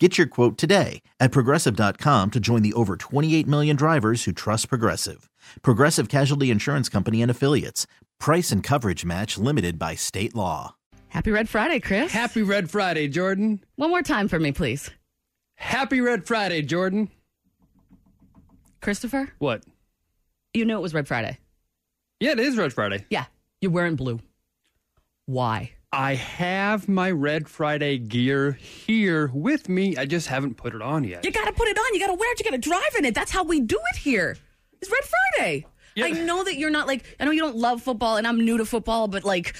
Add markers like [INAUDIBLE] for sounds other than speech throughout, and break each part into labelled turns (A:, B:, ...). A: Get your quote today at progressive.com to join the over 28 million drivers who trust Progressive. Progressive Casualty Insurance Company and Affiliates. Price and coverage match limited by state law.
B: Happy Red Friday, Chris.
C: Happy Red Friday, Jordan.
B: One more time for me, please.
C: Happy Red Friday, Jordan.
B: Christopher,
C: What?
B: you knew it was Red Friday.
C: Yeah, it is Red Friday.
B: Yeah, you're wearing blue. Why?
C: I have my Red Friday gear here with me. I just haven't put it on yet.
B: You got to put it on. You got to wear it. You got to drive in it. That's how we do it here. It's Red Friday.
C: Yeah.
B: I know that you're not like, I know you don't love football, and I'm new to football, but like,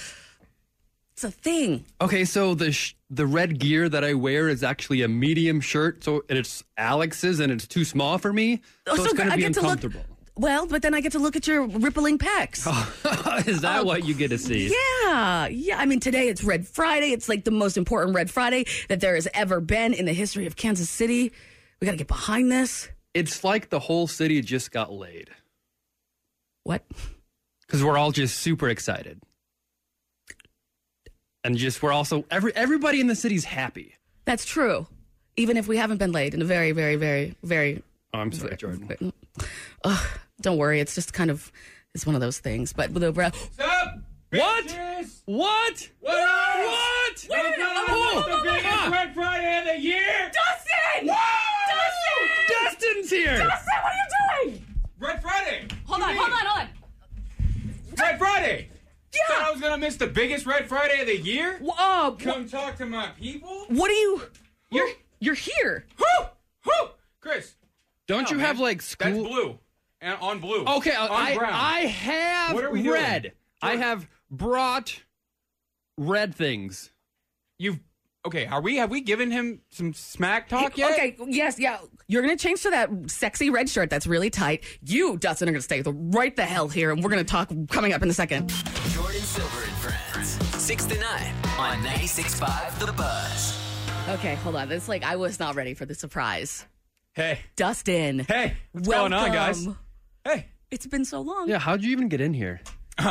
B: it's a thing.
C: Okay, so the sh- the red gear that I wear is actually a medium shirt, so and it's Alex's and it's too small for me.
B: Oh,
C: So, it's going to be uncomfortable. [LAUGHS]
B: look. Well, but then I get to look at your rippling pecs.
C: is that what you get to see?
B: Yeah, yeah. I mean, today it's Red Friday. It's like the most important Red Friday that there has ever been in the history of Kansas City. We got to get behind this.
C: It's like the whole city just got laid
B: What?
C: because we're all just super excited, and just we're also every everybody in the city's happy.
B: That's true. Even if we haven't been laid in a very, very, very, very.
C: Oh, I'm sorry, Jordan.
B: Ugh, don't worry. It's just kind of. It's one of those things. But with the Red.
D: up?
C: What? What?
D: What up?
C: What?
B: Wait a minute. Whoa,
C: Oh,
B: whoa, whoa, whoa,
D: Biggest
C: ah,
D: Red Friday of the year!
B: Dustin!
C: Dustin's here.
B: what are you doing?
D: Red Friday!
B: Hold on, hold on, hold on.
D: Red Friday! Thought I was gonna miss the biggest Red Friday of the year?
B: Whoa, wh-
D: Come talk to my people?
B: what are you?
D: You're.
B: You're here.
D: Whoo! Whoo! Chris,
C: Don't you
D: man.
C: have like
D: that's
C: school?
D: blue. And on blue.
C: Okay,
D: on
C: I
D: brown.
C: I have
D: What are we doing?
C: red. I have brought red things.
D: You've. Okay, are we. Have we given him some smack talk yet?
B: Okay, yes, yeah. You're gonna change to that sexy red shirt that's really tight. You, Dustin, are gonna stay the right the hell here, and we're gonna talk coming up in a second.
E: Jordan Silver and Friends. 6 to 9 on 96.5 The Buzz.
B: Okay, hold on. It's like I was not ready for the surprise.
D: Hey.
B: Dustin.
D: Hey. What's going on, guys?
B: welcome.
D: Hey. [LAUGHS]
B: It's been so long.
C: Yeah, how'd you even get in here?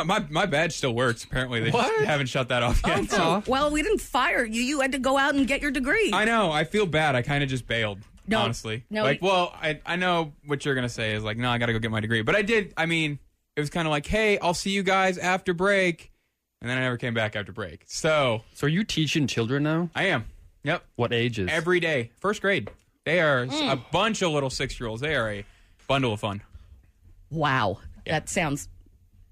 D: my, my badge still works, apparently. They just
C: What?
D: haven't shut that off yet.
B: Oh, well, we didn't fire you. You had to go out and get your degree. [LAUGHS]
D: I know. I feel bad. I kind of just bailed.
B: No,
D: honestly.
B: no,
D: like,
B: you-
D: well, I I know what you're gonna say is like, no, I gotta go get my degree. But I did. I mean, it was kind of like, hey, I'll see you guys after break, and then I never came back after break. So
C: So are you teaching children now?
D: I am. Yep.
C: What ages?
D: Every day, first grade. They are
B: Hmm.
D: s- a bunch of little six year olds. They are a bundle of fun.
B: Wow. That sounds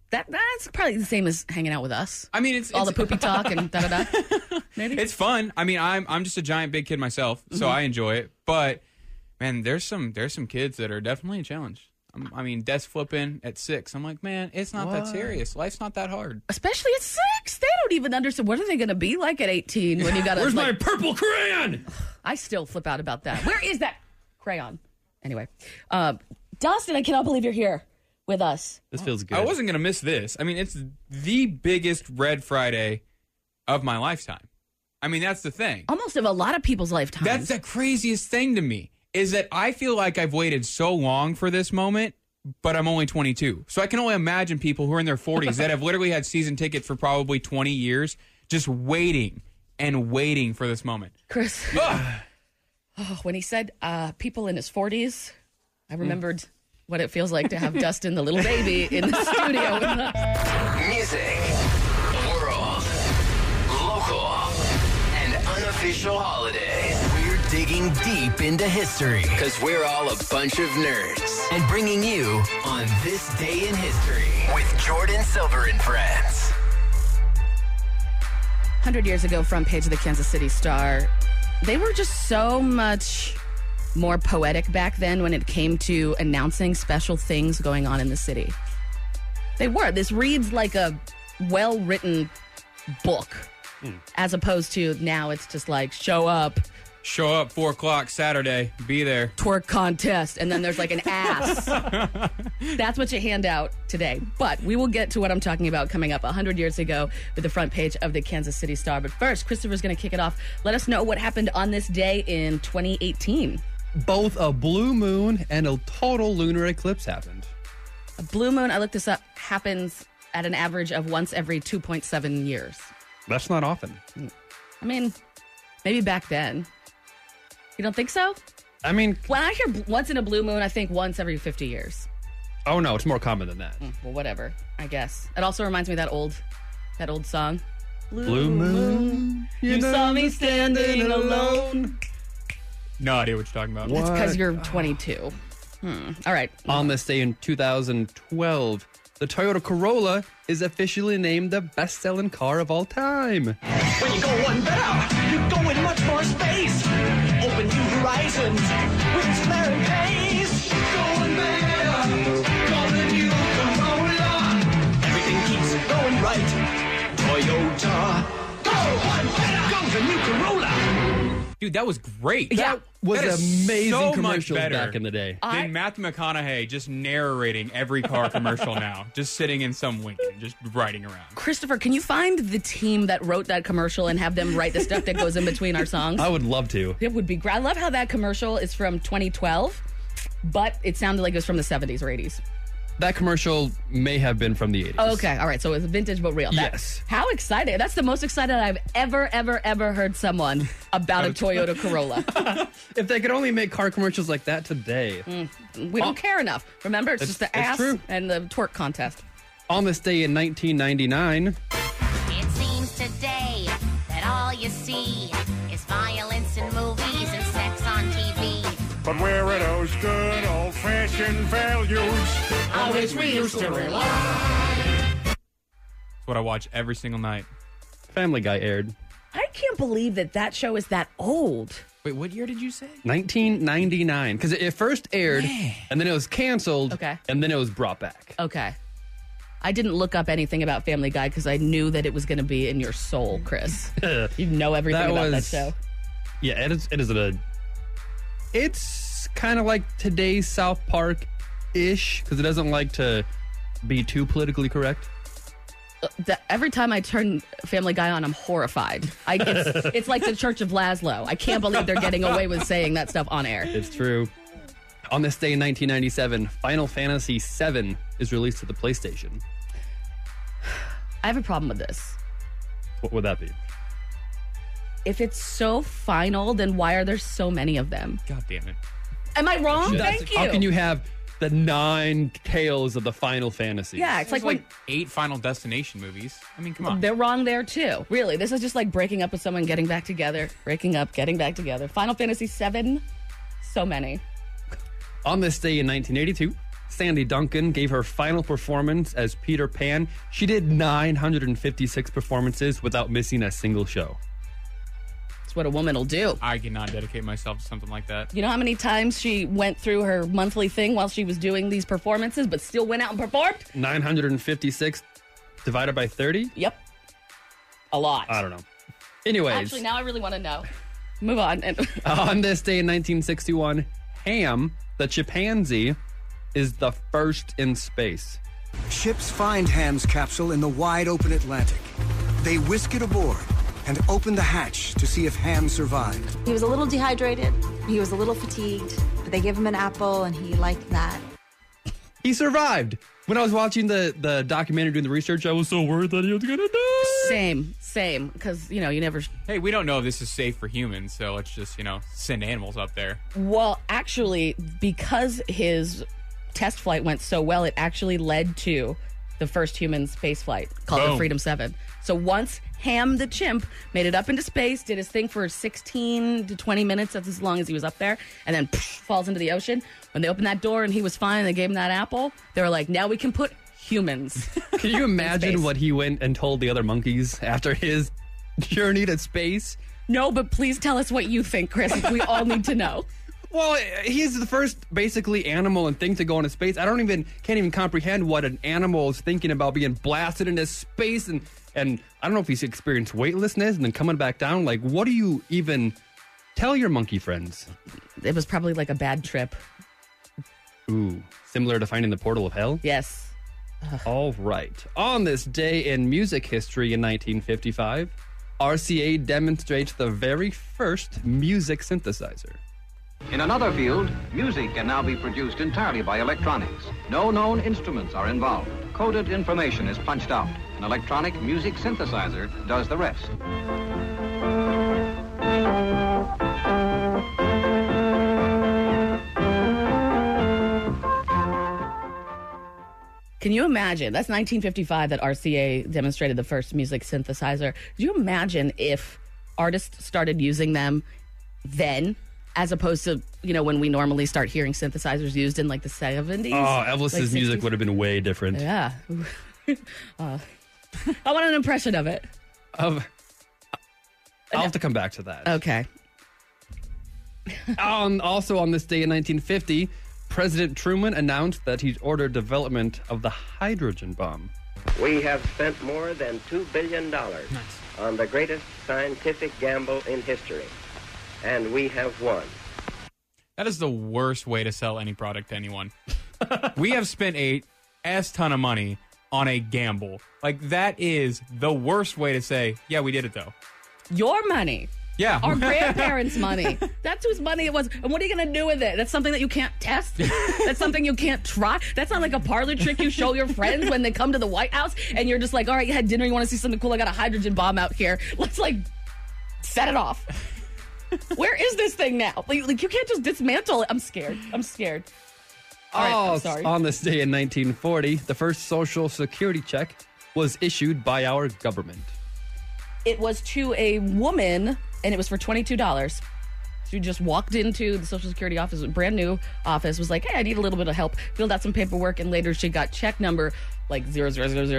B: that that's probably the same as hanging out with us.
D: I mean, it's
B: All
D: it's,
B: the poopy talk
D: [LAUGHS]
B: and da da da. Maybe.
D: it's fun. I mean, I'm I'm just a giant big kid myself, so I enjoy it. But man, there's some there's some kids that are definitely a challenge. I'm, I mean, desk flipping at six. I'm like, man, it's not that serious. Life's not that hard.
B: Especially at six. They don't even understand what are they gonna be like at eighteen when you gotta
C: Where's
B: like,
C: my purple crayon?
B: I still flip out about that. Where is that crayon? Anyway, uh, Dustin, I cannot believe you're here with us.
C: This feels good.
D: I wasn't gonna miss this. I mean, it's the biggest Red Friday of my lifetime. I mean, that's the thing.
B: Almost of a lot of people's lifetimes.
D: That's the craziest thing to me is that I feel like I've waited so long for this moment, but I'm only 22. So I can only imagine people who are in their 40s that have literally had season tickets for probably 20 years just waiting and waiting for this moment.
B: Chris. Oh, when he said uh, people in his 40s, I remembered what it feels like to have Dustin, the little baby, in the studio with us.
E: Music, world, local, and unofficial holidays. We're digging deep into history because we're all a bunch of nerds and bringing you on this day in history with Jordan Silver and Friends.
B: 100 years ago, front page of the Kansas City Star. They were just so much more poetic back then when it came to announcing special things going on in the city. They were. This reads like a well written book, as opposed to now it's just like show up,
D: Show up four o'clock Saturday. Be there.
B: twerk contest and then there's like an ass that's what you hand out today but we will get to what i'm talking about coming up 100 years ago with the front page of the kansas city star but first christopher's going to kick it off let us know what happened on this day in 2018
C: Both a blue moon and a total lunar eclipse happened.
B: a blue moon i looked this up happens at an average of once every 2.7 years
C: That's not often.
B: i mean maybe back then you don't think so
C: I mean,
B: when i hear bl- once in a blue moon i think once every 50 years
C: oh no, it's more common than that.
B: well, whatever. I guess it also reminds me of that old, that old song.
C: Blue moon.
B: You saw me standing alone.
D: No idea what you're talking about.
B: That's because
C: What? Oh.
B: you're 22. Hmm. All right.
C: On this day in 2012, the Toyota Corolla is officially named the best-selling car of all time.
F: When you go one better, you go in much more space. Open new horizons with flaring pace. Going better, call the new Corolla. Everything keeps going right. Toyota, go one better. Go the new Corolla.
D: Dude, that was great.
B: Yeah.
D: That
C: Was
D: that is
C: amazing
D: so much
C: commercials
D: better
C: back in the day.
B: I-
D: Than Matthew McConaughey just narrating every car commercial now, just sitting in some wing and just riding around.
B: Christopher, can you find the team that wrote that commercial and have them write the stuff that goes in between our songs?
C: I would love to.
B: It would be great. I love how that commercial is from 2012, but it sounded like it was from the 70s or 80s.
C: That commercial may have been from the 80s.
B: Okay, all right. So it's vintage but real. That-
C: Yes.
B: How excited! That's the most excited I've ever, ever, ever heard someone about a
C: [LAUGHS]
B: Toyota Corolla.
C: If they could only make car commercials like that today.
B: Mm. We don't care enough. Remember, it's, just the
C: it's
B: ass
C: true.
B: and the twerk contest.
C: On this day in 1999,
G: It seems today that all you see is violence in movies and sex on TV.
H: But where are those good old fashioned values?
D: It's what I watch every single night.
C: Family Guy aired.
B: I can't believe that that show is that old.
D: Wait, what year did you say?
C: 1999 because it, it first aired and then it was canceled
B: Okay.
C: and then it was brought back
B: Okay. I didn't look up anything about Family Guy because I knew that it was going to be in your soul,
C: [LAUGHS]
B: Chris. you know everything
C: That
B: about that
C: was-
B: show.
C: yeah it is it is a it's kind of like today's south park ish because it doesn't like to be too politically correct
B: The- every time I turn Family Guy on, I'm horrified. I,
C: [LAUGHS]
B: it's, it's like the Church of Laszlo. I can't believe they're getting away with saying that stuff on air.
C: it's true on this day in 1997 final fantasy VII is released to the playstation
B: I have a problem with this.
C: what would that be
B: If it's so final, then why are there so many of them?
D: God damn it.
B: Am I wrong?
C: That's-
B: Oh, Thank you.
C: how can you have the nine tales of the final fantasy
B: Yeah, it's like,
D: There's
B: like
D: like eight Final Destination movies. I mean, come on.
B: They're wrong there too. Really, this is just like breaking up with someone, getting back together, breaking up, getting back together. Final Fantasy VII, so many.
C: On this day in 1982, Sandy Duncan gave her final performance as Peter Pan. She did 956 performances without missing a single show.
B: It's what a woman will do.
D: I cannot dedicate myself to something like that.
B: You know how many times she went through her monthly thing while she was doing these performances, but still went out and performed?
C: 956 divided by 30?
B: Yep, a lot.
C: I don't know. Anyways,
B: Actually, now I really want to know. Move on. And
C: [LAUGHS]
B: [LAUGHS]
C: on this day in 1961, Ham, the chimpanzee, is the first in space.
I: Ships find Ham's capsule in the wide open Atlantic. They whisk it aboard and open the hatch to see if Ham survived.
J: He was a little dehydrated, he was a little fatigued, but they gave him an apple and he liked that.
C: He survived. When I was watching the, the documentary doing the research, I was so worried that he was going to die.
B: same, same, because you know you never.
D: Hey, we don't know if this is safe for humans, so let's just, you know, send animals up there.
B: Well, actually, because his test flight went so well, it actually led to the first human space flight called the
D: Boom.
B: Freedom 7. So once Ham the chimp made it up into space, did his thing for 16 to 20 minutes, that's as long as he was up there, and then psh, falls into the ocean. When they opened that door and he was fine, they gave him that apple. They were like, now we can put humans.
C: Can you
B: space.
C: imagine what he went and told the other monkeys after his journey to space?
B: no, but please tell us what you think, Chris. We all need to know.
C: Well, he's the first basically animal and thing to go into space. I don't even can't even comprehend what an animal is thinking about being blasted into space and and I don't know if he's experienced weightlessness and then coming back down. Like, what do you even Tell your monkey friends.
B: It was probably like a bad trip.
C: Ooh, similar to finding the portal of hell?
B: Yes.
C: All right. On this day in music history in 1955, RCA demonstrates the very first music synthesizer.
K: In another field, music can now be produced entirely by electronics. No known instruments are involved. Coded information is punched out. An electronic music synthesizer does the rest.
B: Can you imagine? That's 1955 that RCA demonstrated the first music synthesizer. Do you imagine if artists started using them then? As opposed to, you know, when we normally start hearing synthesizers used in like the 70s.
C: Oh, Elvis's
B: like
C: music
B: 60s.
C: would have been way different.
B: Yeah. [LAUGHS] Uh, I want an impression of it.
C: Of, I'll have to come back to that.
B: Okay.
C: on, also on this day in 1950, President Truman announced that he'd ordered development of the hydrogen bomb.
L: We have spent more than $2 billion on the greatest scientific gamble in history, and we have won.
D: That is the worst way to sell any product
B: [LAUGHS]
D: to anyone. we have spent a s ton of money on a gamble. Like that is the worst way to say, yeah, we did it though.
B: Your money.
D: Yeah. [LAUGHS]
B: Our grandparents' money. That's whose money it was. And what are you going to do with it? That's something that you can't test. That's something you can't try. That's not like a parlor trick you show your friends when they come to the White House and you're just like, all right, you had dinner. You want to see something cool? I got a hydrogen bomb out here. Let's like set it off. Where is this thing now? Like, like you can't just dismantle it. I'm scared. I'm scared. All right,
C: oh,
B: I'm sorry.
C: on this day in 1940, the first social security check was issued by our government.
B: it was to a woman and it was for $22 she just walked into the social security office a brand new office was like hey i need a little bit of help filled out some paperwork and later she got check number like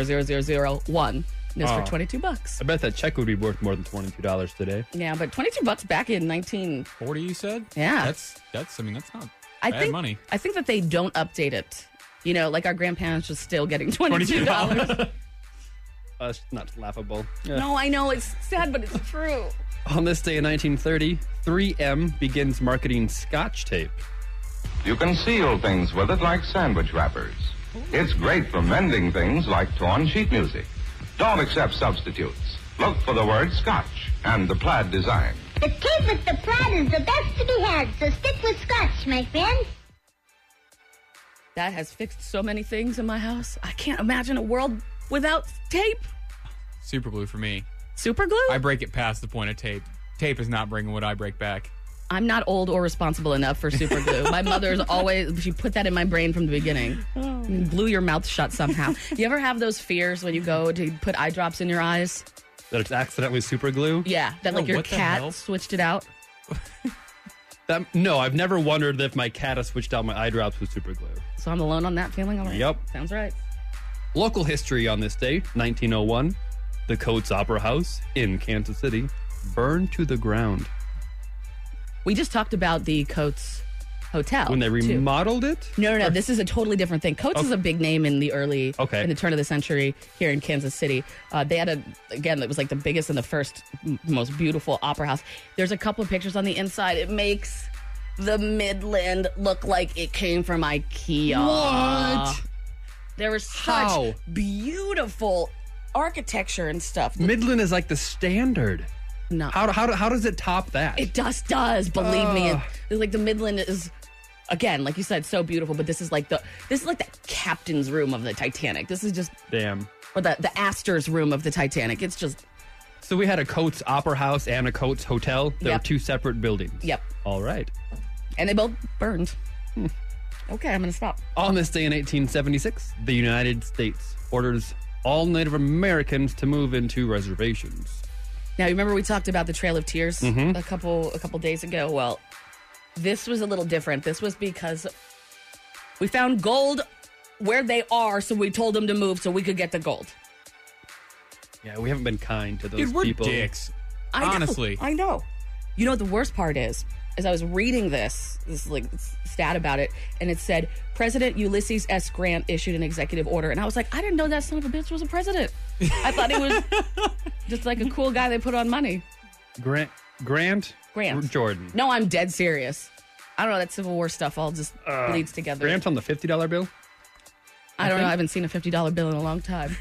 B: 0000001 and it's
C: Oh.
B: for 22 bucks
C: I bet that check would be worth more than $22 today.
B: yeah but 22 bucks back in 19
D: Forty, you said?
B: Yeah.
D: That's that's. I mean, that's not
B: i
D: bad
B: think
D: money.
B: i think that they don't update it you know like our grandparents are still
D: [LAUGHS]
B: getting $22,
C: Uh, it's not laughable.
B: [LAUGHS]
C: Yeah.
B: no i know it's sad but it's true
C: On this day in 1930, 3M begins marketing Scotch tape.
M: You can seal things with it like sandwich wrappers. It's great for mending things like torn sheet music. Don't accept substitutes. Look for the word scotch and the plaid design.
N: The tape with the plaid is the best to be had, so stick with scotch, my friend.
B: that has fixed so many things in my house i can't imagine a world without tape
D: Super glue for me.
B: Super glue?
D: I break it past the point of tape. Tape is not bringing what I break back.
B: I'm not old or responsible enough for super glue.
C: [LAUGHS]
B: my mother's always she put that in my brain from the beginning.
C: Oh.
B: Glue your mouth shut somehow. you ever have those fears when you go to put eye drops in your eyes?
C: That it's accidentally super glue?
B: Yeah, that like
C: No,
B: your
C: what the hell?
B: cat switched it out.
C: That, no, I've never wondered if my cat has switched out my eye drops with super glue.
B: So I'm alone on that feeling. All right.
C: Yep.
B: Sounds right.
C: Local history on this day, 1901, the Coates Opera House in Kansas City burned to the ground.
B: We just talked about the Coates Hotel.
C: when they
B: too.
C: remodeled it?
B: No, no, no. This is a totally different thing. Coates is a big name in the early,
C: Okay.
B: in the turn of the century here in Kansas City. Uh, they had a, again, that was like the biggest and the first, m- most beautiful opera house. There's a couple of pictures on the inside. It makes the Midland look like it came from IKEA.
F: What?
B: There was such
C: How?
B: beautiful architecture and stuff.
C: Midland is like the standard.
B: No.
C: How, how, how does it top that?
B: It just does, believe me.
C: Ugh.
B: It, like the Midland is again, like you said, so beautiful, but this is like the this is like the captain's room of the Titanic. This is just
C: Damn.
B: or the the Astor's room of the Titanic. It's just
C: So we had a Coates Opera House and a Coates Hotel. They
B: Yep.
C: were two separate buildings.
B: yep.
C: All right.
B: And they both burned. Hmm. Okay, I'm gonna stop.
C: On this day in 1876, the United States orders all Native Americans to move into reservations.
B: Now you remember we talked about the Trail of Tears
C: Mhm.
B: a couple a couple days ago. Well, this was a little different. This was because we found gold where they are, so we told them to move so we could get the gold.
C: Yeah, we haven't been kind to those
B: Dude, we're
C: people.
D: dicks.
B: I know, I know. You know what the worst part is? Is I was reading this, this like stat about it, and it said President Ulysses S. Grant issued an executive order, and I was like, I didn't know that son of a bitch
C: [LAUGHS]
B: was a president. I thought he was just like a cool guy they put on money.
C: Grant Grant?
B: Grant.
C: Jordan.
B: No, I'm dead serious. I don't know. That Civil War stuff all just
C: Uh,
B: bleeds together.
C: Grant on the $50
B: [LAUGHS]
C: bill?
B: I don't know. I haven't seen a $50 bill in a long time.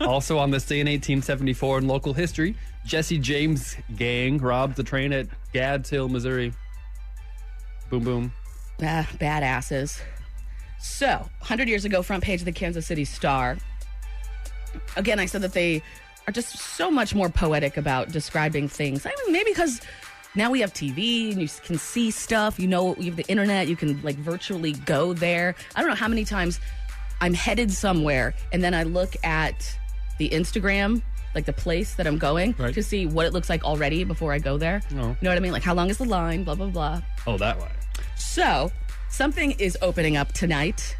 C: also on this day in 1874 in local history, Jesse James' gang robbed the train at Gadshill, Missouri. Boom, boom.
B: Ah, badasses. So, 100 years ago, front page of the Kansas City Star. Again, I said that they are just so much more poetic about describing things. I mean, maybe because now we have TV and you s- can see stuff. You know, you have the internet. You can like virtually go there. I don't know how many times I'm headed somewhere and then I look at the Instagram, like the place that I'm going, to see what it looks like already before I go there.
C: Oh.
B: You know what I mean? Like how long is the line? Blah blah blah.
C: Oh, that way.
B: So, something is opening up tonight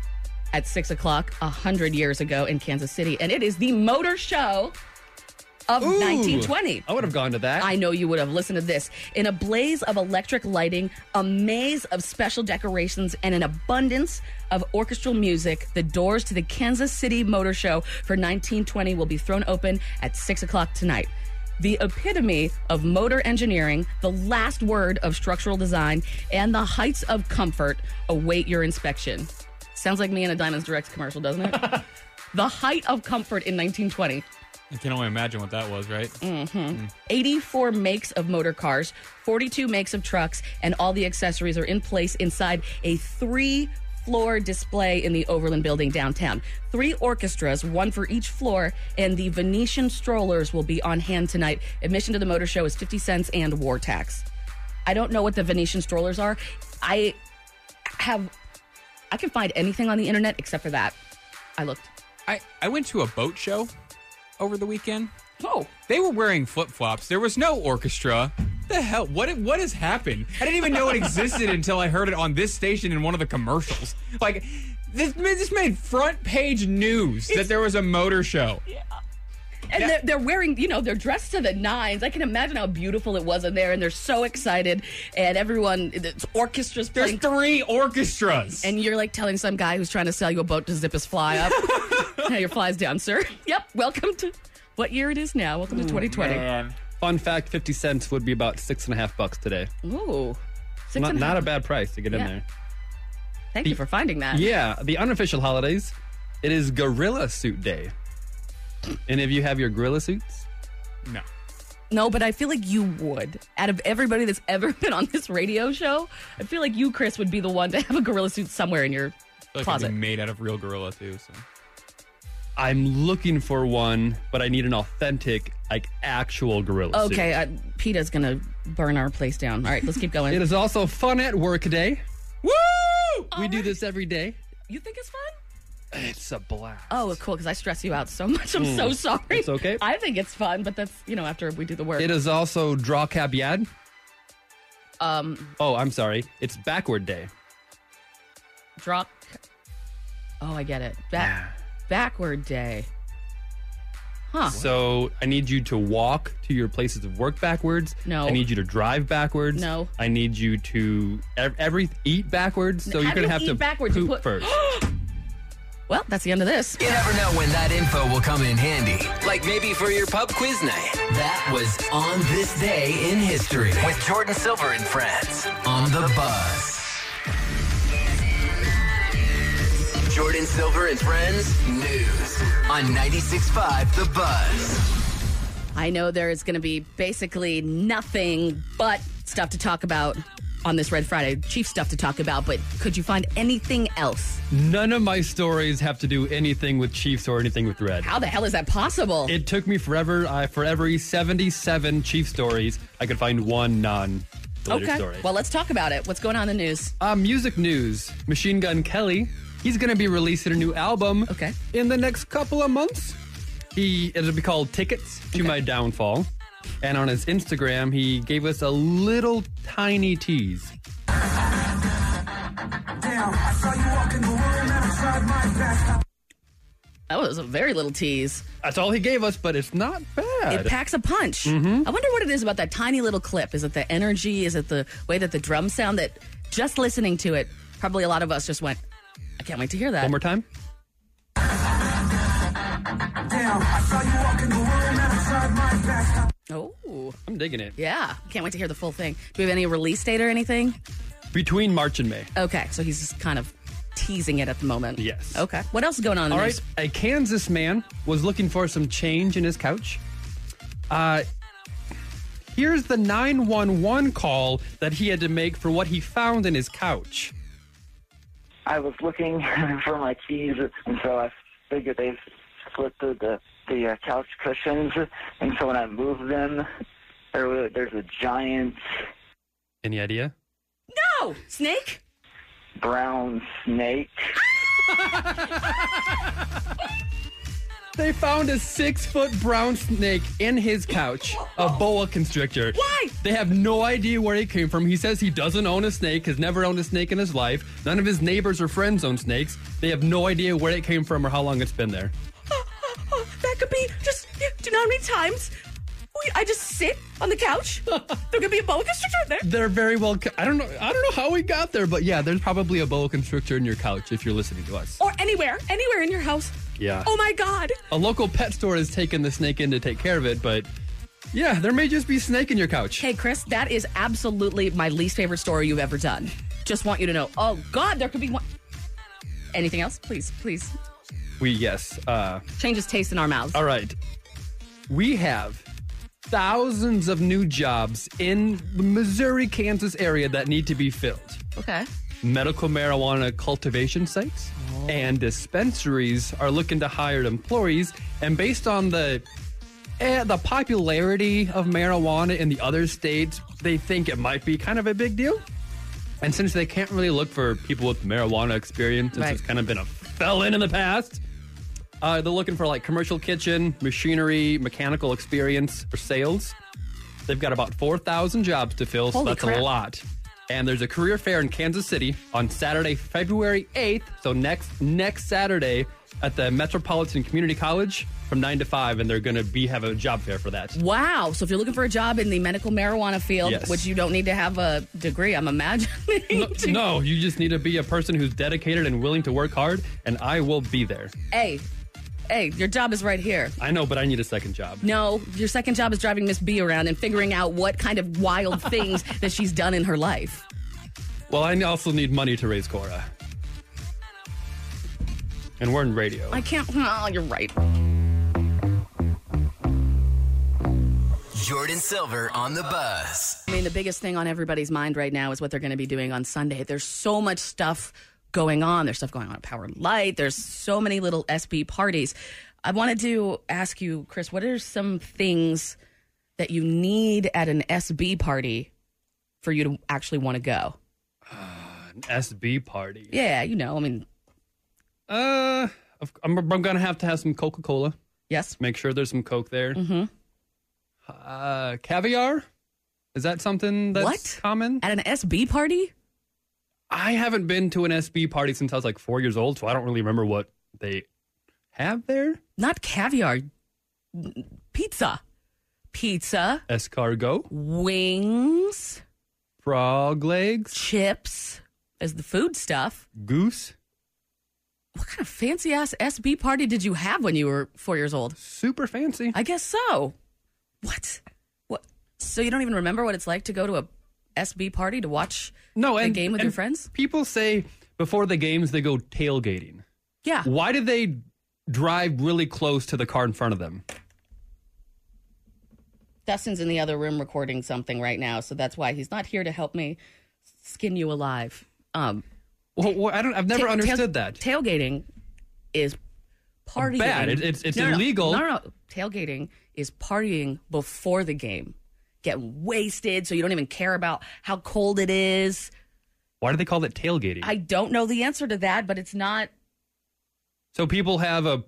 B: at six o'clock, a hundred years ago in Kansas City, and it is the Motor Show of
C: Ooh. Oh,
B: 1920.
C: I would have gone to that.
B: I know you would have. Listened to this. In a blaze of electric lighting, a maze of special decorations, and an abundance of orchestral music, the doors to the Kansas City Motor Show for 1920 will be thrown open at 6 o'clock tonight. The epitome of motor engineering, the last word of structural design, and the heights of comfort await your inspection. Sounds like me in a Diamonds Direct commercial, doesn't it? the height of comfort in 1920.
D: I can only imagine what that was, right?
B: hmm 84 makes of motor cars, 42 makes of trucks, and all the accessories are in place inside a three floor display in the Overland building downtown. Three orchestras, one for each floor, and the Venetian strollers will be on hand tonight. Admission to the motor show is 50 cents and war tax. I don't know what the Venetian strollers are. I have, I can find anything on the internet except for that. I looked.
D: I, I went to a boat show over the weekend.
B: Oh.
D: They were wearing flip flops. There was no orchestra. The hell? What what has happened? I didn't even know
B: [LAUGHS]
D: it existed until I heard it on this station in one of the commercials. Like this, this made front page news that there was a motor show.
B: And they're, they're wearing, you know, they're dressed to the nines. I can imagine how beautiful it was in there, and they're so excited. And everyone, it's orchestras playing.
D: There's three orchestras.
B: And you're like telling some guy who's trying to sell you a boat to zip his fly
C: [LAUGHS]
B: up. now your fly's down, sir. Yep. Welcome to what year it is now. Welcome to 2020.
C: Fun fact 50 cents would be about six and a half bucks today.
B: Ooh. Six
C: Not,
B: and
C: not a
B: half.
C: bad price to get in
B: Yeah.
C: there.
B: Thank you for finding that.
C: Yeah, the unofficial holidays. It is Gorilla Suit Day. And if you have your gorilla suits,
D: no.
B: No, but I feel like you would. Out of everybody that's [LAUGHS] ever been on this radio show, I feel like you, Chris, would be the one to have a gorilla suit somewhere in your
D: Like
B: closet.
D: it'd be made out of real gorilla too. So
C: I'm looking for one, but I need an authentic, like actual gorilla suit.
B: Okay, uh, PETA's gonna burn our place down. All right, let's keep going.
C: [LAUGHS] It is also fun at work day.
B: Woo!
C: we do this every day.
B: You think it's fun?
C: It's a blast.
B: Oh, cool, because I stress you out so much. I'm so
C: Mm,
B: sorry.
C: it's okay.
B: I think it's fun, but that's, you know, after we do the work.
C: It is also draw cabiad.
B: Um,
C: Oh, I'm sorry. It's backward day.
B: drop. Oh, I get it. Back, Backward day. Huh.
C: So I need you to walk to your places of work backwards.
B: No.
C: I need you to drive backwards.
B: No.
C: I need you to ev- every eat backwards.
B: How
C: So you're
B: do
C: gonna
B: you
C: have
B: eat
C: to
B: backwards? You [GASPS] put-
C: poop first.
B: well, that's the end of this.
E: You never know when that info will come in handy. Like maybe for your pub quiz night. That was on this day in history with Jordan Silver and friends on the bus. Jordan Silver and friends news on 96.5 The Buzz.
B: I know there is going to be basically nothing but stuff to talk about on this Red Friday. Chief stuff to talk about, but could you find anything else?
C: None of my stories have to do anything with Chiefs or anything with Red.
B: How the hell is that possible?
C: It took me forever. I, for every 77 Chief stories, I could find one non-related
B: okay.
C: story.
B: Well, let's talk about it. What's going on in the news?
C: Uh, music news Machine Gun Kelly, he's going to be releasing a new album okay. in the next couple of months. He It'll be called Tickets to My Downfall. And on his Instagram, he gave us a little tiny tease.
B: That was a very little tease.
C: That's all he gave us, but it's not bad.
B: It packs a punch.
C: Mm-hmm.
B: I wonder what it is about that tiny little clip. Is it the energy? Is it the way that the drums sound? That just listening to it, probably a lot of us just went, I can't wait to hear that.
C: One more time.
B: Oh.
C: I'm I'm digging it.
B: Oh, Yeah. Can't wait to hear the full thing. Do we have any release date or anything?
C: Between March and May.
B: Okay. So he's just kind of teasing it at the moment.
C: Yes.
B: Okay. What else is going on in
C: All
B: the
C: right,
B: news?
C: a Kansas man was looking for some change in his couch. Uh, here's the 911 call that he had to make for what he found in his couch.
O: I was looking for my keys, and so I figured they split the the, the uh, couch cushions, and so when I moved them, there were, there's a giant
C: Any idea?
B: No! Snake? [LAUGHS]
O: brown snake.
C: They found a six foot brown snake in his couch, a boa constrictor.
B: Why?
C: They have no idea where he came from. He says he doesn't own a snake, has never owned a snake in his life. None of his neighbors or friends own snakes. They have no idea where it came from or how long it's been there.
B: Oh, that could be just, do you know how many times we, I just sit on the couch?
C: [LAUGHS]
B: There could be a boa constrictor in there.
C: They're very well. co- I don't know. I don't know how we got there, but yeah, there's probably a boa constrictor in your couch if you're listening to us.
B: Or anywhere, anywhere in your house.
C: Yeah.
B: Oh my God.
C: A local pet store has taken the snake in to take care of it, but yeah, there may just be a snake in your couch.
B: Hey, Chris, that is absolutely my least favorite story you've ever done. Just want you to know. Oh God, there could be one. Anything else? Please, please.
C: We yes. Uh,
B: Changes taste in our mouths.
C: All right. We have thousands of new jobs in the Missouri Kansas area that need to be filled.
B: Okay.
C: Medical marijuana cultivation sites and dispensaries are looking to hire employees and based on the eh, the popularity of marijuana in the other states, they think it might be kind of a big deal. And since they can't really look for people with marijuana experience, since
P: Right.
C: it's kind of been a fell in in the past, uh, they're looking for like commercial kitchen, machinery, mechanical experience, or sales. They've got about 4,000 jobs to fill,
P: Holy
C: so that's
P: crap.
C: a lot. And there's a career fair in Kansas City on Saturday, February 8th, so next next Saturday at the Metropolitan Community College from 9 to 5 and they're going to be have a job fair for that.
B: Wow. So if you're looking for a job in the medical marijuana field,
C: Yes.
B: which you don't need to have a degree, I'm imagining.
C: No, you just need to be a person who's dedicated and willing to work hard and I will be there.
B: Hey, hey, your job is right here.
C: I know, but I need a second job.
B: No, your second job is driving Miss B around and figuring out what kind of wild [LAUGHS] things that she's done in her life.
C: Well, I also need money to raise Cora. And we're in radio.
B: I can't. Oh, you're right.
E: Jordan Silver on the buzz.
B: I mean, the biggest thing on everybody's mind right now is what they're going to be doing on Sunday. There's so much stuff going on. There's stuff going on at Power and Light. There's so many little SB parties. I wanted to ask you, Chris, what are some things that you need at an SB party for you to actually want to go?
C: An SB party.
B: Yeah, you know, I mean,
C: Uh, of- I'm, I'm gonna have to have some Coca Cola.
B: Yes.
C: Make sure there's some Coke there.
B: mhm.
C: Uh, caviar. Is that something that's
B: What?
C: common
B: at an SB party?
C: I haven't been to an SB party since I was like four years old, so I don't really remember what they have there.
B: Not caviar. Pizza. Pizza,
C: Escargot,
B: wings,
C: frog legs,
B: chips as the food stuff.
C: goose.
B: What kind of fancy ass SB party did you have when you were four years old?
C: Super fancy.
B: I guess so. What? What? So you don't even remember what it's like to go to a SB party to watch
C: no
B: a game with your friends?
C: People say before the games they go tailgating.
B: Yeah.
C: Why do they drive really close to the car in front of them?
B: Dustin's in the other room recording something right now, so that's why he's not here to help me skin you alive. Um,
C: well, I don't. I've never understood that.
B: Tailgating is partying.
C: Bad. It- it's- it's
B: No, no, no.
C: illegal.
B: No, no, no. Tailgating is partying before the game. Get wasted, so you don't even care about how cold it is.
C: Why do they call it tailgating?
B: I don't know the answer to that, but it's not.
C: So people have a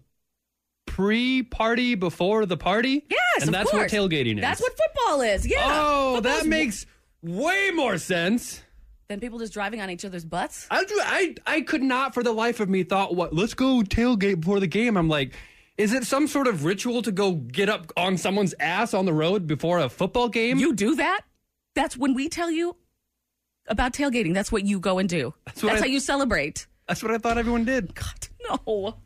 C: pre-party before the party.
B: Yes,
C: and
B: of
C: that's
B: course.
C: what tailgating is.
B: That's what football is. Yeah.
C: Oh,
B: Football's
C: that makes way more sense.
B: Then people just driving on each other's butts.
C: I, I I could not for the life of me thought what let's go tailgate before the game. I'm like, is it some sort of ritual to go get up on someone's ass on the road before a football game?
B: You do that? That's when we tell you about tailgating. That's what you go and do. That's,
C: what I-
B: how you celebrate.
C: That's what I thought everyone did.
B: God, no.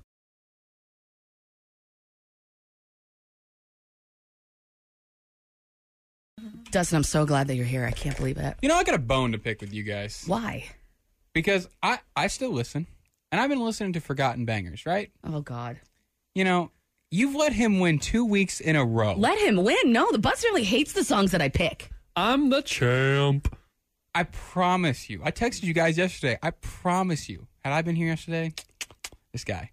B: Dustin, I'm so glad that you're here. I can't believe it.
D: You know, I got a bone to pick with you guys.
B: Why?
D: Because I, I still listen, and I've been listening to Forgotten Bangers, right?
B: Oh, God.
D: You know, you've let him win two weeks in a row.
B: Let him win. No, the bus really hates the songs that I pick.
D: I'm the champ. I promise you. I texted you guys yesterday. I promise you. Had I been here yesterday, this guy,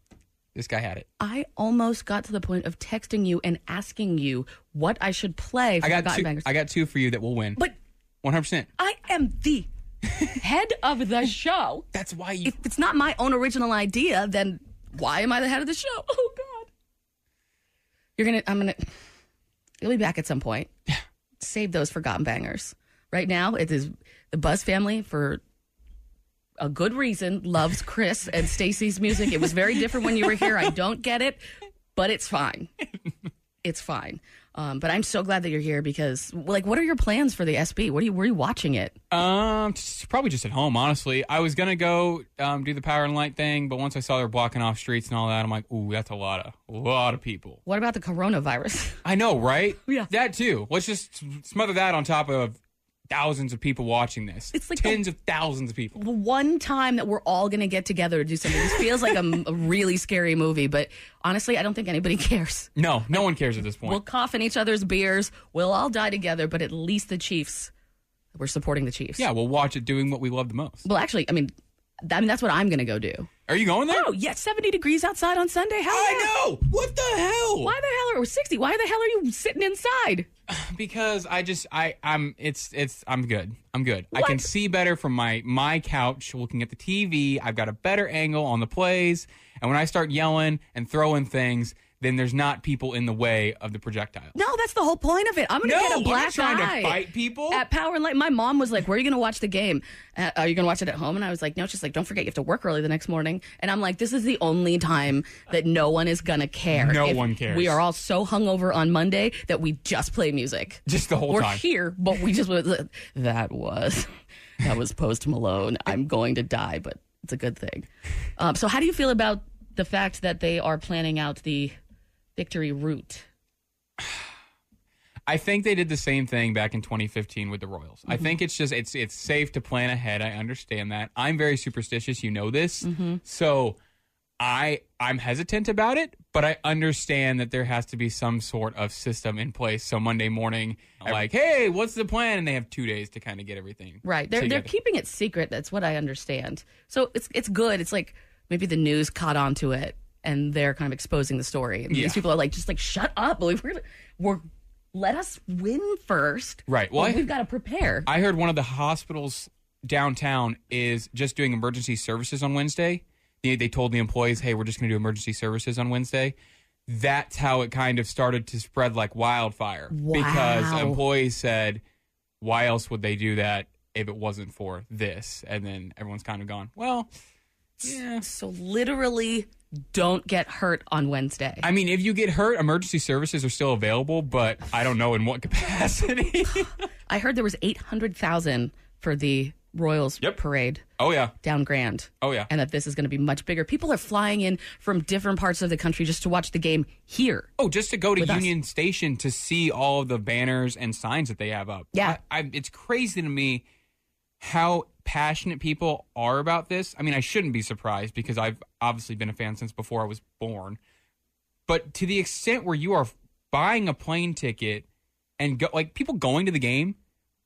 D: this guy had it.
B: I almost got to the point of texting you and asking you what I should play for
D: I got
B: Forgotten
D: two.
B: Bangers.
D: I got two for you that will win.
B: But-
D: one hundred percent.
B: I am the
D: [LAUGHS]
B: head of the show.
D: That's why you.
B: If it's not my own original idea, then why am I the head of the show? [LAUGHS] Oh God! You're gonna. I'm gonna. You'll be back at some point. Save those forgotten bangers. Right now, it is the Buzz family for a good reason loves Chris and Stacy's music. It was very different when you were here. I don't get it, but it's fine. It's fine. Um, but I'm so glad that you're here because, like, what are your plans for the SB? What are you? Were you watching it?
D: Um, s- probably just at home. Honestly, I was gonna go um, do the power and light thing, but once I saw they're blocking off streets and all that, I'm like, ooh, that's a lot of a lot of people.
B: What about the coronavirus?
D: I know, right?
B: [LAUGHS] Yeah.
D: That too. Let's just smother that on top of thousands of people watching this. It's like tens of thousands of people.
B: the one time that we're all going to get together to do something. This feels like a, a really scary movie, but honestly, I don't think anybody [LAUGHS] cares.
D: No, no one cares at this point.
B: We'll cough in each other's beers. We'll all die together, but at least the Chiefs, we're supporting the Chiefs.
D: yeah, we'll watch it doing what we love the most.
B: Well, actually, I mean, th- I mean that's what I'm going to go do.
D: Are you going there?
B: Oh, yeah, 70 degrees outside on Sunday. Hell I
D: know. What the hell?
B: Why the hell are we 60? Why the hell are you sitting inside?
D: Because I just I I'm it's it's I'm good. I'm good. I can see better from my my couch looking at the TV. I've got a better angle on the plays. And when I start yelling and throwing things, then there's not people in the way of the projectile.
B: No, that's the whole point of it. I'm gonna
D: No,
B: get
D: I'm
B: a
D: not
B: black
D: trying to
B: eye.
D: fight people.
B: at Power and Light. My mom was like, "Where are you gonna watch the game? Uh, are you gonna watch it at home?" And I was like, "No." She's like, "Don't forget, you have to work early the next morning." And I'm like, "This is the only time that no one is gonna care.
D: No
B: if
D: one cares.
B: We are all so hungover on Monday that we just play music.
D: Just the whole
B: We're
D: time.
B: here, but we just that was that was Post Malone. I'm going to die, but it's a good thing. Um, so, how do you feel about the fact that they are planning out the victory route?
D: I think they did the same thing back in 2015 with the Royals.
B: Mm-hmm.
D: I think it's just it's it's safe to plan ahead. I understand that. I'm very superstitious, you know this.
B: Mm-hmm.
F: Mhm.
D: So I I'm hesitant about it, but I understand that there has to be some sort of system in place. So Monday morning, like, hey, what's the plan? And they have two days to kind of get everything
B: Right. They're they're
D: together.
B: keeping it secret. That's what I understand. So it's it's good. It's like maybe the news caught on to it and they're kind of exposing the story. And
D: Yeah.
B: These people are like just like shut up. [LAUGHS] We're gonna- we're let us win first.
D: Right. Well,
B: Like,
D: I-
B: we've got to prepare.
D: I heard one of the hospitals downtown is just doing emergency services on Wednesday. They, they told the employees, "Hey, we're just going to do emergency services on Wednesday." That's how it kind of started to spread like wildfire because
F: Wow.
D: employees said, "Why else would they do that if it wasn't for this?" And then everyone's kind of gone. Well, yeah.
B: So literally, don't get hurt on Wednesday.
D: I mean, if you get hurt, emergency services are still available, but I don't know in what [LAUGHS] capacity.
B: I heard there was eight hundred thousand for the Royals parade.
D: oh yeah,
B: down grand.
D: Oh, yeah.
B: And that this is going to be much bigger. People are flying in from different parts of the country just to watch the game here.
D: Oh, just to go to
B: With us.
D: Union Station to see all of the banners and signs that they have up.
B: Yeah.
D: I, I, it's crazy to me how passionate people are about this. I mean, I shouldn't be surprised because I've obviously been a fan since before I was born. But to the extent where you are buying a plane ticket and go, like people going to the game,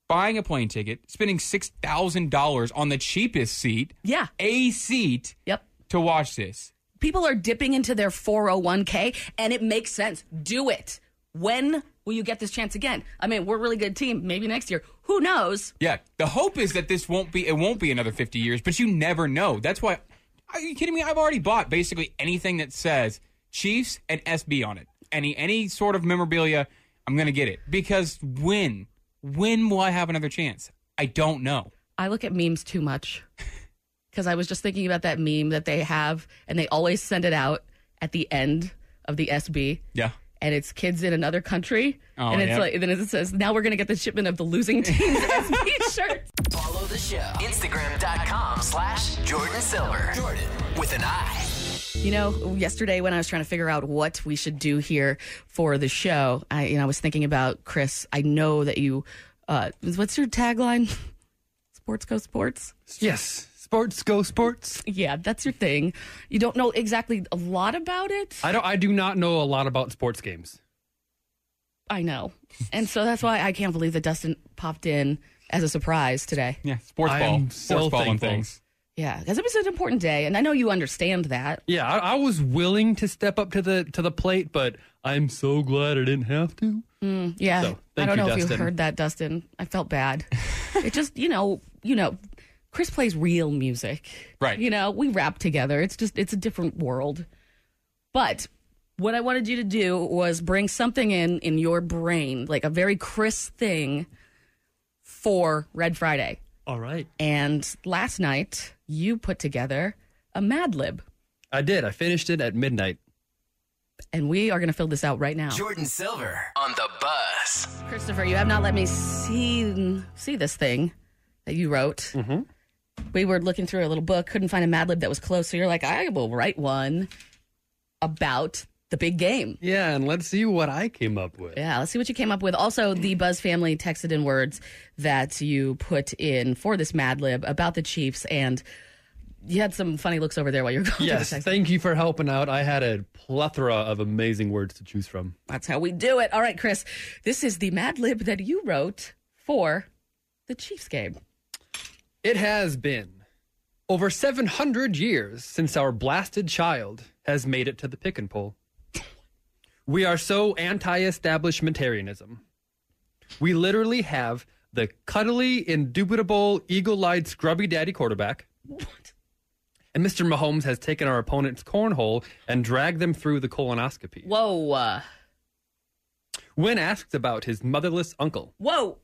D: buying a plane ticket, spending six thousand dollars on the cheapest seat,
B: yeah,
D: a seat,
B: yep,
D: to watch this.
B: People are dipping into their 401k, and it makes sense. Do it. When will you get this chance again? I mean, we're a really good team. Maybe next year. Who knows?
D: Yeah, the hope is that this won't be it won't be another 50 years, but you never know. That's why Are you kidding me? I've already bought basically anything that says Chiefs and SB on it. Any any sort of memorabilia, I'm going to get it because when when will I have another chance? I don't know.
B: I look at memes too much [LAUGHS] because I was just thinking about that meme that they have, and they always send it out at the end of the SB.
D: Yeah.
B: And it's kids in another country,
D: Oh,
B: and it's
D: yeah.
B: like then it says now we're gonna get the shipment of the losing team's
D: [LAUGHS]
B: SB shirts.
E: Follow the show. Instagram.com slash Jordan Silver. Jordan with an I.
B: You know, yesterday when I was trying to figure out what we should do here for the show, I you know I was thinking about Chris. I know that you uh, Uh, what's your tagline? [LAUGHS] Sports go sports.
C: Yes, sports go sports.
B: Yeah, that's your thing. You don't know exactly a lot about it.
C: I don't. I do not know a lot about sports games.
B: I know, and so that's why I can't believe that Dustin popped in as a surprise today.
D: Yeah, sports
C: I
D: ball,
C: am so
D: sports ball and
C: thankful.
D: things.
B: Yeah, because it was an important day, and I know you understand that.
C: Yeah, I, I was willing to step up to the to the plate, but I'm so glad I didn't have to.
B: Mm, yeah,
C: So,
B: I don't
C: thank you,
B: know if you
C: Dustin.
B: heard that, Dustin. I felt
C: [LAUGHS]
B: bad. it just, you know, you know, Chris plays real music,
D: Right.
B: You know, we rap together. It's just, it's a different world. But what I wanted you to do was bring something in in your brain, like a very Chris thing, for Red Friday.
C: All right.
B: And last night you put together a Mad Lib,
C: I did. I finished it at midnight.
B: and we are going to fill this out right now.
E: Jordan Silver on the bus.
B: Christopher, you have not let me see see this thing that you wrote. Mm-hmm. We were looking through a little book, couldn't find a Mad Lib that was close. So you're like, I will write one about the big game.
C: Yeah, and let's see what I came up with.
B: Yeah, let's see what you came up with. Also, the Buzz family texted in words that you put in for this Mad Lib about the Chiefs, and you had some funny looks over there while you were going through the
C: Yes,
B: text.
C: thank you for helping out. I had a plethora of amazing words to choose from.
B: That's how we do it. All right, Chris, this is the Mad Lib that you wrote for the Chiefs game.
C: It has been over 700 years since our blasted child has made it to the pick and pole. We are so anti establishmentarianism. We literally have the cuddly, indubitable, eagle eyed, scrubby daddy quarterback. And Mr. Mahomes has taken our opponent's cornhole and dragged them through the colonoscopy.
B: Whoa. Uh,
C: When asked about his motherless uncle,
B: Whoa.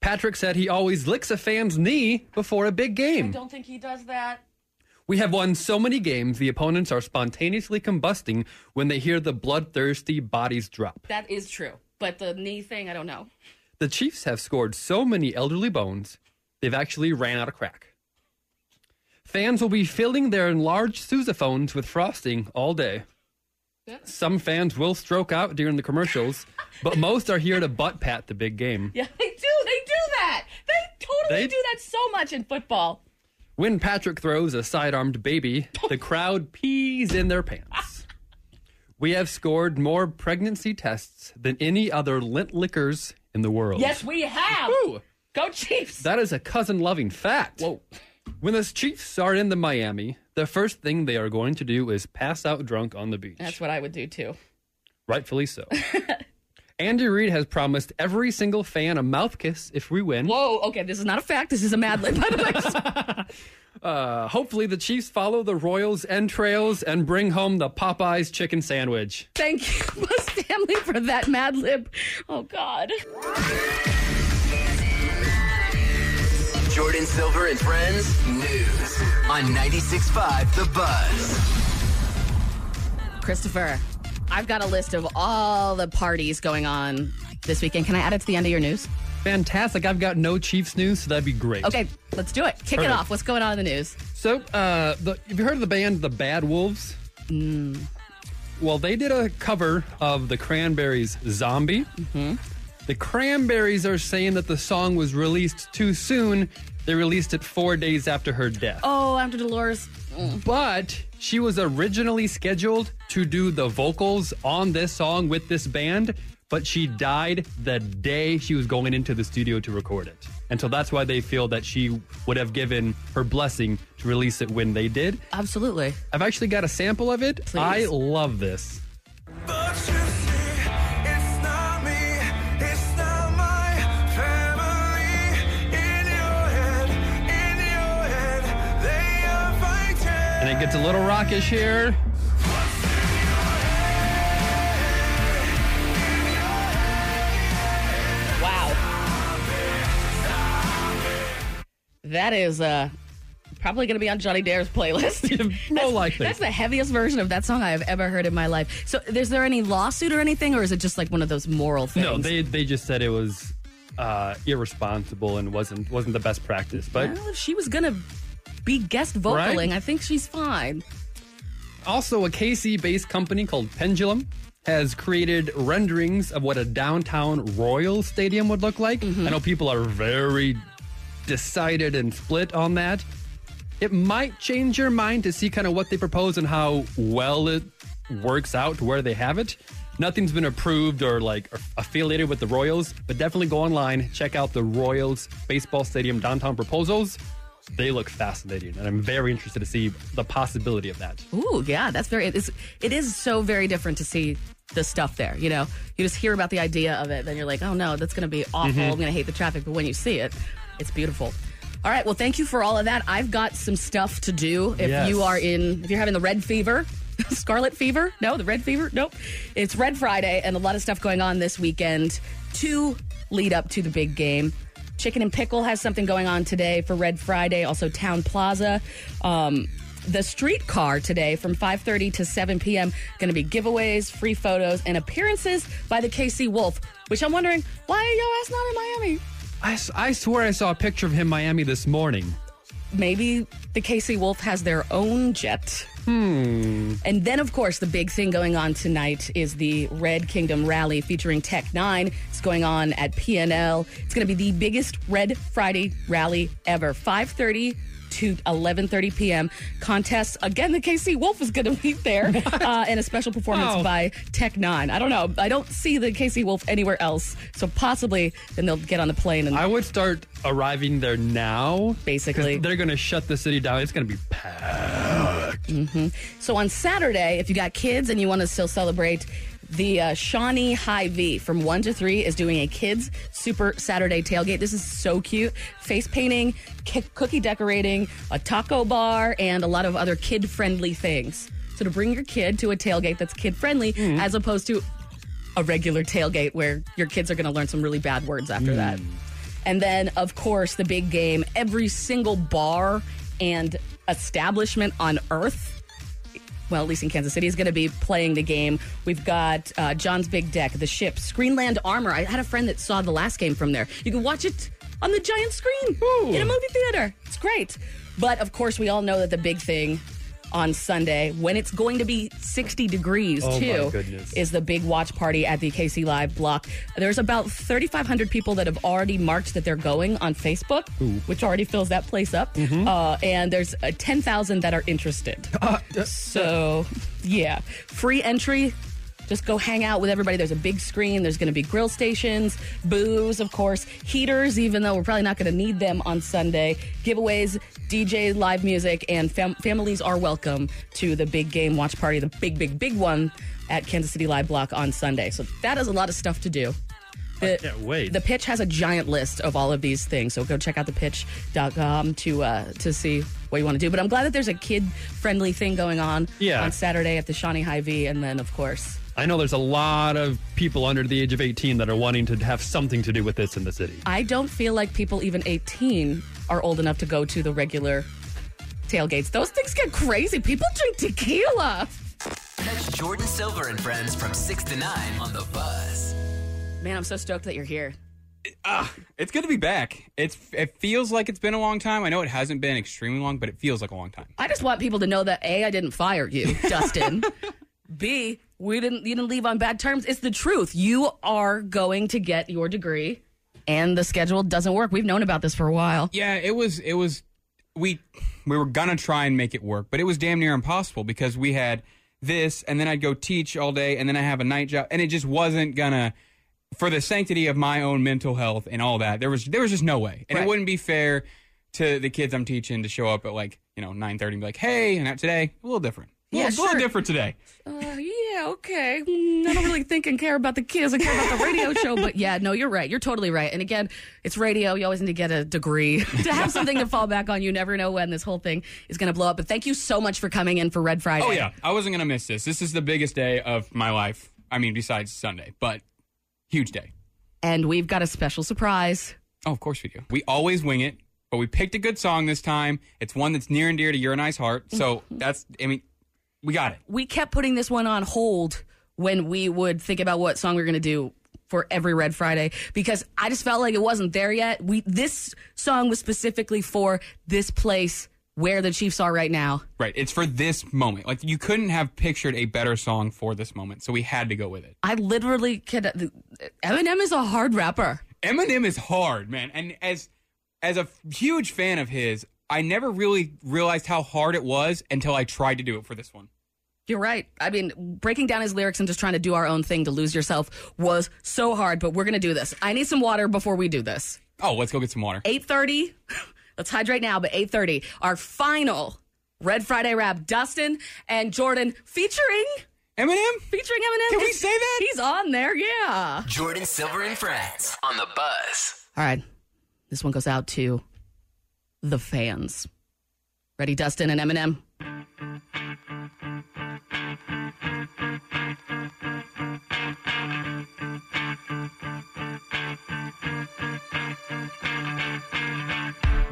C: Patrick said he always licks a fan's knee before a big game.
B: I don't think he does that.
C: We have won so many games, the opponents are spontaneously combusting when they hear the bloodthirsty bodies drop.
B: That is true. But the knee thing, I don't know.
C: The Chiefs have scored so many elderly bones, they've actually ran out of crack. Fans will be filling their enlarged sousaphones with frosting all day. Some fans will stroke out during the commercials, but most are here to butt pat the big game.
B: [LAUGHS] Yeah, they do. They do that. They totally
C: They-
B: do that so much in football.
C: When Patrick throws a sidearmed baby,
B: [LAUGHS]
C: the crowd pees in their pants. We have scored more pregnancy tests than any other lint lickers in the world.
B: Yes, we have.
C: Woo.
B: Go Chiefs.
C: That is a cousin loving fact. Whoa. When the Chiefs are in the Miami, the first thing they are going to do is pass out drunk on the beach.
B: That's what I would do too.
C: Rightfully so.
B: [LAUGHS]
C: Andy Reid has promised every single fan a mouth kiss if we win.
B: Whoa, Oh, okay, this is not a fact. This is a Mad Lib, [LAUGHS] by the way.
C: Uh, hopefully, the Chiefs follow the Royals' entrails and bring home the Popeyes chicken sandwich.
B: Thank you, [LAUGHS] Buzz Stanley, for that Mad Lib. Oh, God.
E: Jordan Silver and Friends News on 96.5 The Buzz.
B: Christopher, I've got a list of all the parties going on this weekend. Can I add it to the end of your news?
C: Fantastic. I've got no Chiefs news, so that'd be great.
B: Okay, let's do it. Kick it
C: Perfect.
B: off. What's going on in the news?
C: So, uh, the, have you heard of the band The Bad Wolves? Mm. Well, they did a cover of the Cranberries' Zombie. Mm-hmm. The Cranberries are saying that the song was released too soon. They released it four days after her death.
B: Oh, after Dolores. Mm.
C: But she was originally scheduled to do the vocals on this song with this band, but she died the day she was going into the studio to record it. And so that's why they feel that she would have given her blessing to release it when they did.
B: Absolutely.
C: I've actually got a sample of it. I love this. And it gets a little rockish here.
B: Wow. That is uh, probably going to be on Johnny Dare's
C: [LAUGHS]
B: playlist. no
C: likely.
B: That's the heaviest version of that song I have ever heard in my life. So, is there any lawsuit or anything, or is it just like one of those moral things?
C: No, they they just said it was uh, irresponsible and wasn't wasn't the best practice. But
B: Well, if she was going to be guest vocaling,
C: Right?
B: I think she's fine.
C: also a KC based company called Pendulum has created renderings of what a downtown Royal Stadium would look like. I know people are very decided and split on that. It might change your mind to see kind of what they propose and how well it works out to where they have it. Nothing's been approved or like affiliated with the Royals, but definitely go online, check out the Royals Baseball Stadium downtown proposals. They look fascinating, and I'm very interested to see the possibility of that.
B: Ooh, yeah, that's very. It's, it is so very different to see the stuff there. You know, you just hear about the idea of it, then you're like, oh no, that's going to be awful.
C: Mhm.
B: I'm going to hate the traffic. But when you see it, it's beautiful. All right, well, thank you for all of that. I've got some stuff to do. If
P: Yes.
B: you are in, if you're having the red fever, [LAUGHS] scarlet fever, no, the red fever, nope. It's Red Friday, and a lot of stuff going on this weekend to lead up to the big game. Chicken and Pickle has something going on today for Red Friday. Also, Town Plaza. Um, the streetcar today from 5.30 to 7 p.m. Going to be giveaways, free photos, and appearances by the KC Wolf, which I'm wondering, why are your ass not in Miami?
C: I, s- I swear I saw a picture of him in Miami this morning.
B: Maybe the KC Wolf has their own jet.
C: Hmm.
B: And then, of course, the big thing going on tonight is the Red Kingdom Rally featuring Tech Nine. It's going on at PNL. It's going to be the biggest Red Friday rally ever. 5:30 to 11:30 p.m. Contests again. The KC Wolf is going [LAUGHS] to be there, uh, and a special performance
P: Wow.
B: by Tech Nine. I don't know. I don't see the KC Wolf anywhere else. So possibly then they'll get on the plane and
C: I would start arriving there now.
B: Basically.
C: They're going to shut the city down. It's going to be packed.
B: hmm So on Saturday, if you got kids and you want to still celebrate, the uh, Shawnee High V from 1 to 3 is doing a kids super Saturday tailgate. This is so cute. Face painting, ki- cookie decorating, a taco bar, and a lot of other kid friendly things. So to bring your kid to a tailgate that's kid friendly as opposed to a regular tailgate where your kids are going to learn some really bad words after that. And then, of course, the big game. Every single bar and establishment on earth, well, at least in Kansas City, is going to be playing the game. We've got uh, John's Big Deck, the ship, Screenland Armor. I had a friend that saw the last game from there. You can watch it on the giant screen in a movie theater. It's great. But, of course, we all know that the big thing on Sunday, when it's going to be 60 degrees,
P: Oh, my
B: too,
P: goodness.
B: is the big watch party at the KC Live block. There's about 3,500 people that have already marked that they're going on Facebook,
P: Ooh.
B: which already fills that place up.
P: Mhm.
B: Uh, and there's uh, 10,000 that are interested. so, yeah, free entry. Just go hang out with everybody. There's a big screen. There's going to be grill stations, booze, of course, heaters, even though we're probably not going to need them on Sunday. Giveaways, DJ, live music, and fam- families are welcome to the big game watch party, the big, big, big one at Kansas City Live Block on Sunday. So that is a lot of stuff to do. The,
C: wait.
B: The pitch has a giant list of all of these things. So go check out thepitch.com to uh, to see what you want to do. But I'm glad that there's a kid friendly thing going on
C: Yeah.
B: on Saturday at the Shawnee High V. And then, of course,
C: I know there's a lot of people under the age of 18 that are wanting to have something to do with this in the city.
B: I don't feel like people even 18 are old enough to go to the regular tailgates. Those things get crazy. People drink tequila.
E: Catch Jordan Silver and friends from 6 to 9 on the bus.
B: Man, I'm so stoked that you're here.
D: It's good to be back. It's it feels like it's been a long time. I know it hasn't been extremely long, but it feels like a long time.
B: I just want people to know that A, I didn't fire you, [LAUGHS] Dustin. B, we didn't you didn't leave on bad terms. It's the truth. You are going to get your degree and the schedule doesn't work. We've known about this for a while.
D: Yeah, it was it was we we were gonna try and make it work, but it was damn near impossible because we had this and then I'd go teach all day and then I have a night job and it just wasn't gonna for the sanctity of my own mental health and all that, there was there was just no way. And
Q: Right.
D: it wouldn't be fair to the kids I'm teaching to show up at like, you know, nine thirty and be like, Hey, and out today, a little different. A
B: Yeah,
D: little, a
B: sure.
D: little different today.
B: Uh, yeah, okay. Mm, I don't really think and care about the kids. I care about the radio show, but yeah, no, you're right. You're totally right. And again, it's radio. You always need to get a degree [LAUGHS] to have something to fall back on. You never know when this whole thing is going to blow up. But thank you so much for coming in for Red Friday.
D: Oh yeah, I wasn't gonna miss this. This is the biggest day of my life. I mean, besides Sunday, but huge day.
B: And we've got a special surprise.
D: Oh, of course we do. We always wing it, but we picked a good song this time. It's one that's near and dear to your and I's heart. So that's, I mean, we got it.
B: we kept putting this one on hold when we would think about what song we are going to do for every Red Friday because I just felt like it wasn't there yet. We this song was specifically for this place where the Chiefs are right now.
D: Right. It's for this moment. Like you couldn't have pictured a better song for this moment, so we had to go with it.
B: I literally could. Eminem is a hard rapper.
D: Eminem is hard, man. And as as a f- huge fan of his, I never really realized how hard it was until I tried to do it for this one.
B: You're right. I mean, breaking down his lyrics and just trying to do our own thing to lose yourself was so hard, but we're going to do this. I need some water before we do this.
D: Oh, let's go get some water.
B: 8.30 [LAUGHS] let's hydrate now but 8.30 our final red friday rap dustin and jordan featuring
D: eminem
B: featuring eminem
F: Can we
B: It's-
F: say that?
B: he's on there yeah
E: Jordan Silver and friends on the buzz.
B: all right this one goes out to the fans ready dustin and eminem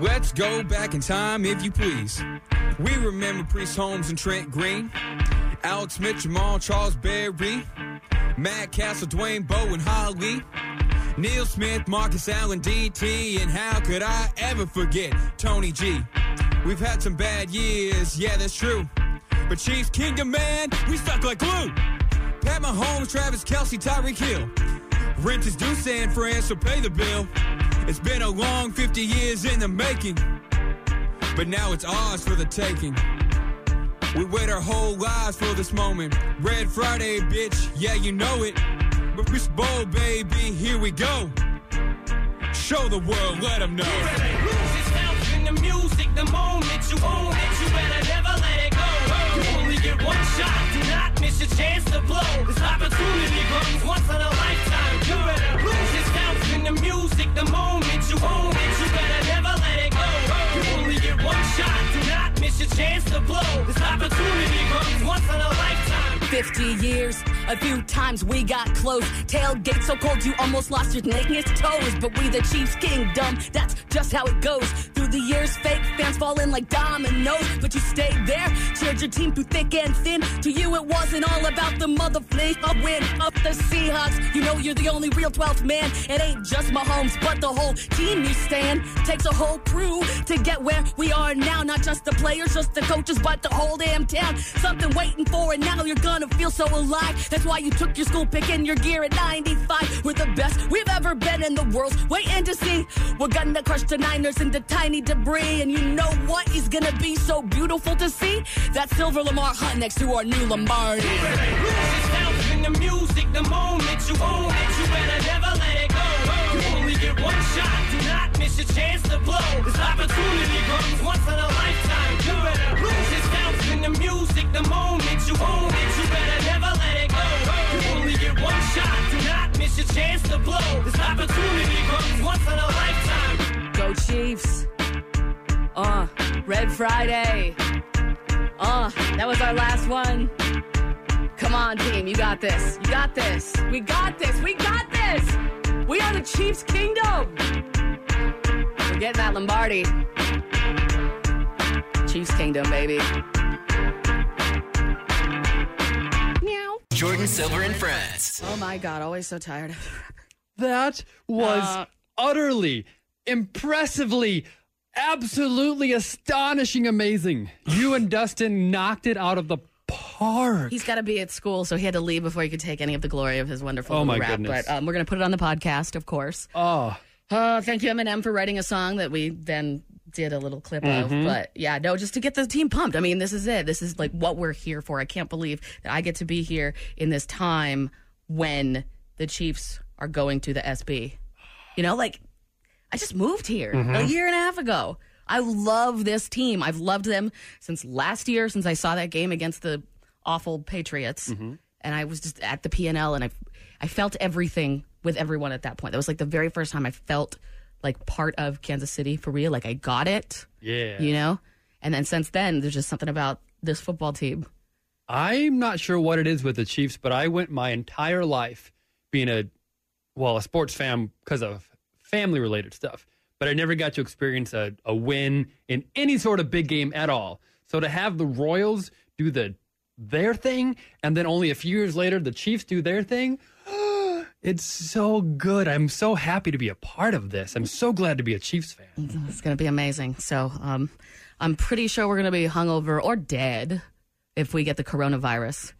D: Let's go back in time, if you please. We remember Priest Holmes and Trent Green, Alex Smith, Jamal, Charles Berry, Matt Castle, Dwayne Bowe, and Holly, Neil Smith, Marcus Allen, DT, and how could I ever forget Tony G? We've had some bad years, yeah, that's true. But Chiefs Kingdom, man, we stuck like glue. Pat Mahomes, Travis Kelsey, Tyreek Hill. Rent is due San Fran, so pay the bill. It's been a long 50 years in the making, but now it's ours for the taking. We wait our whole lives for this moment. Red Friday, bitch, yeah, you know it. But it's bold, baby, here we go. Show the world, let them know.
F: Lose itself in the music the moment you own it. You better never let it go. You only get one shot. Do not miss your chance to blow. This opportunity comes once in a lifetime. You better lose yourself in the music the moment you own it. You better never let it go. You only get one shot. Do not miss your chance to blow. This opportunity comes once in a lifetime.
B: 50 years, a few times we got close. Tailgate so cold you almost lost your nakedness toes. But we the Chiefs kingdom, that's just how it goes. Through the years, fake fans fall in like dominoes. But you stayed there, cheered your team through thick and thin. To you, it wasn't all about the mother flick. A win up the Seahawks, you know you're the only real 12th man. It ain't just Mahomes, but the whole team you stand. Takes a whole crew to get where we are now. Not just the players, just the coaches, but the whole damn town. Something waiting for it now. You're gonna feel so alive. That's why you took your school pick and your gear at 95. We're the best we've ever been in the world. Waiting to see. We're gonna crush the Niners into tiny debris. And you know what is gonna be so beautiful to see? That silver Lamar hunt next to our new Lombardi.
F: Lose yourself in the music the moment you own it. You better never let it go. You only get one shot. Do not miss your chance to blow. This opportunity comes once in a lifetime. You better lose yourself in the music the moment you own it. You better never let it go. You only get one shot. Do not miss your chance to blow. This opportunity comes once in a lifetime.
B: Go Chiefs. Uh, Red Friday. Uh, that was our last one. Come on, team. You got this. You got this. We got this. We got this. We are the Chiefs Kingdom. We're getting that Lombardi. Chiefs Kingdom, baby.
E: Jordan Silver and friends.
B: Oh my God. Always so tired.
C: That was
B: Uh,
C: utterly, impressively, absolutely astonishing, amazing. You and Dustin knocked it out of the park.
B: He's got to be at school, so he had to leave before he could take any of the glory of his wonderful
C: Oh,
B: little
C: my
B: rap.
C: goodness.
B: But um, we're going to put it on the podcast, of course.
C: Oh.
B: Uh, thank you, Eminem, for writing a song that we then did a little clip
F: Mhm.
C: Mm-hmm.
B: of. But yeah, no, just to get the team pumped. I mean, this is it. This is like what we're here for. I can't believe that I get to be here in this time when the Chiefs are going to the SB. You know, like I just moved here a
F: Mhm.
B: year and a half ago. I love this team. I've loved them since last year, since I saw that game against the awful Patriots. And I was just at the PNL and I, I felt everything with everyone at that point. That was like the very first time I felt like part of Kansas City for real. Like I got it.
C: Yeah.
B: You know? And then since then, there's just something about this football team.
C: I'm not sure what it is with the Chiefs, but I went my entire life being a well, a sports fan because of family related stuff. But I never got to experience a, a win in any sort of big game at all. So to have the Royals do the their thing and then only a few years later the Chiefs do their thing, [GASPS] it's so good. I'm so happy to be a part of this. I'm so glad to be a Chiefs fan.
B: It's going to be amazing. So um, I'm pretty sure we're going to be hungover or dead if we get the coronavirus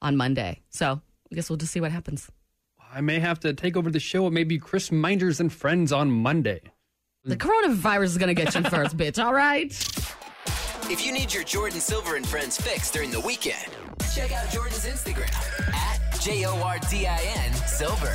B: on Monday. So I guess we'll just see what happens.
C: I may have to take over the show. It may be Chris Minders and Friends on Monday.
B: The coronavirus is going to get you first, [LAUGHS] bitch. All right.
E: If you need your Jordan Silver and Friends fix during the weekend, check out Jordan's Instagram at J O R D I N Silver.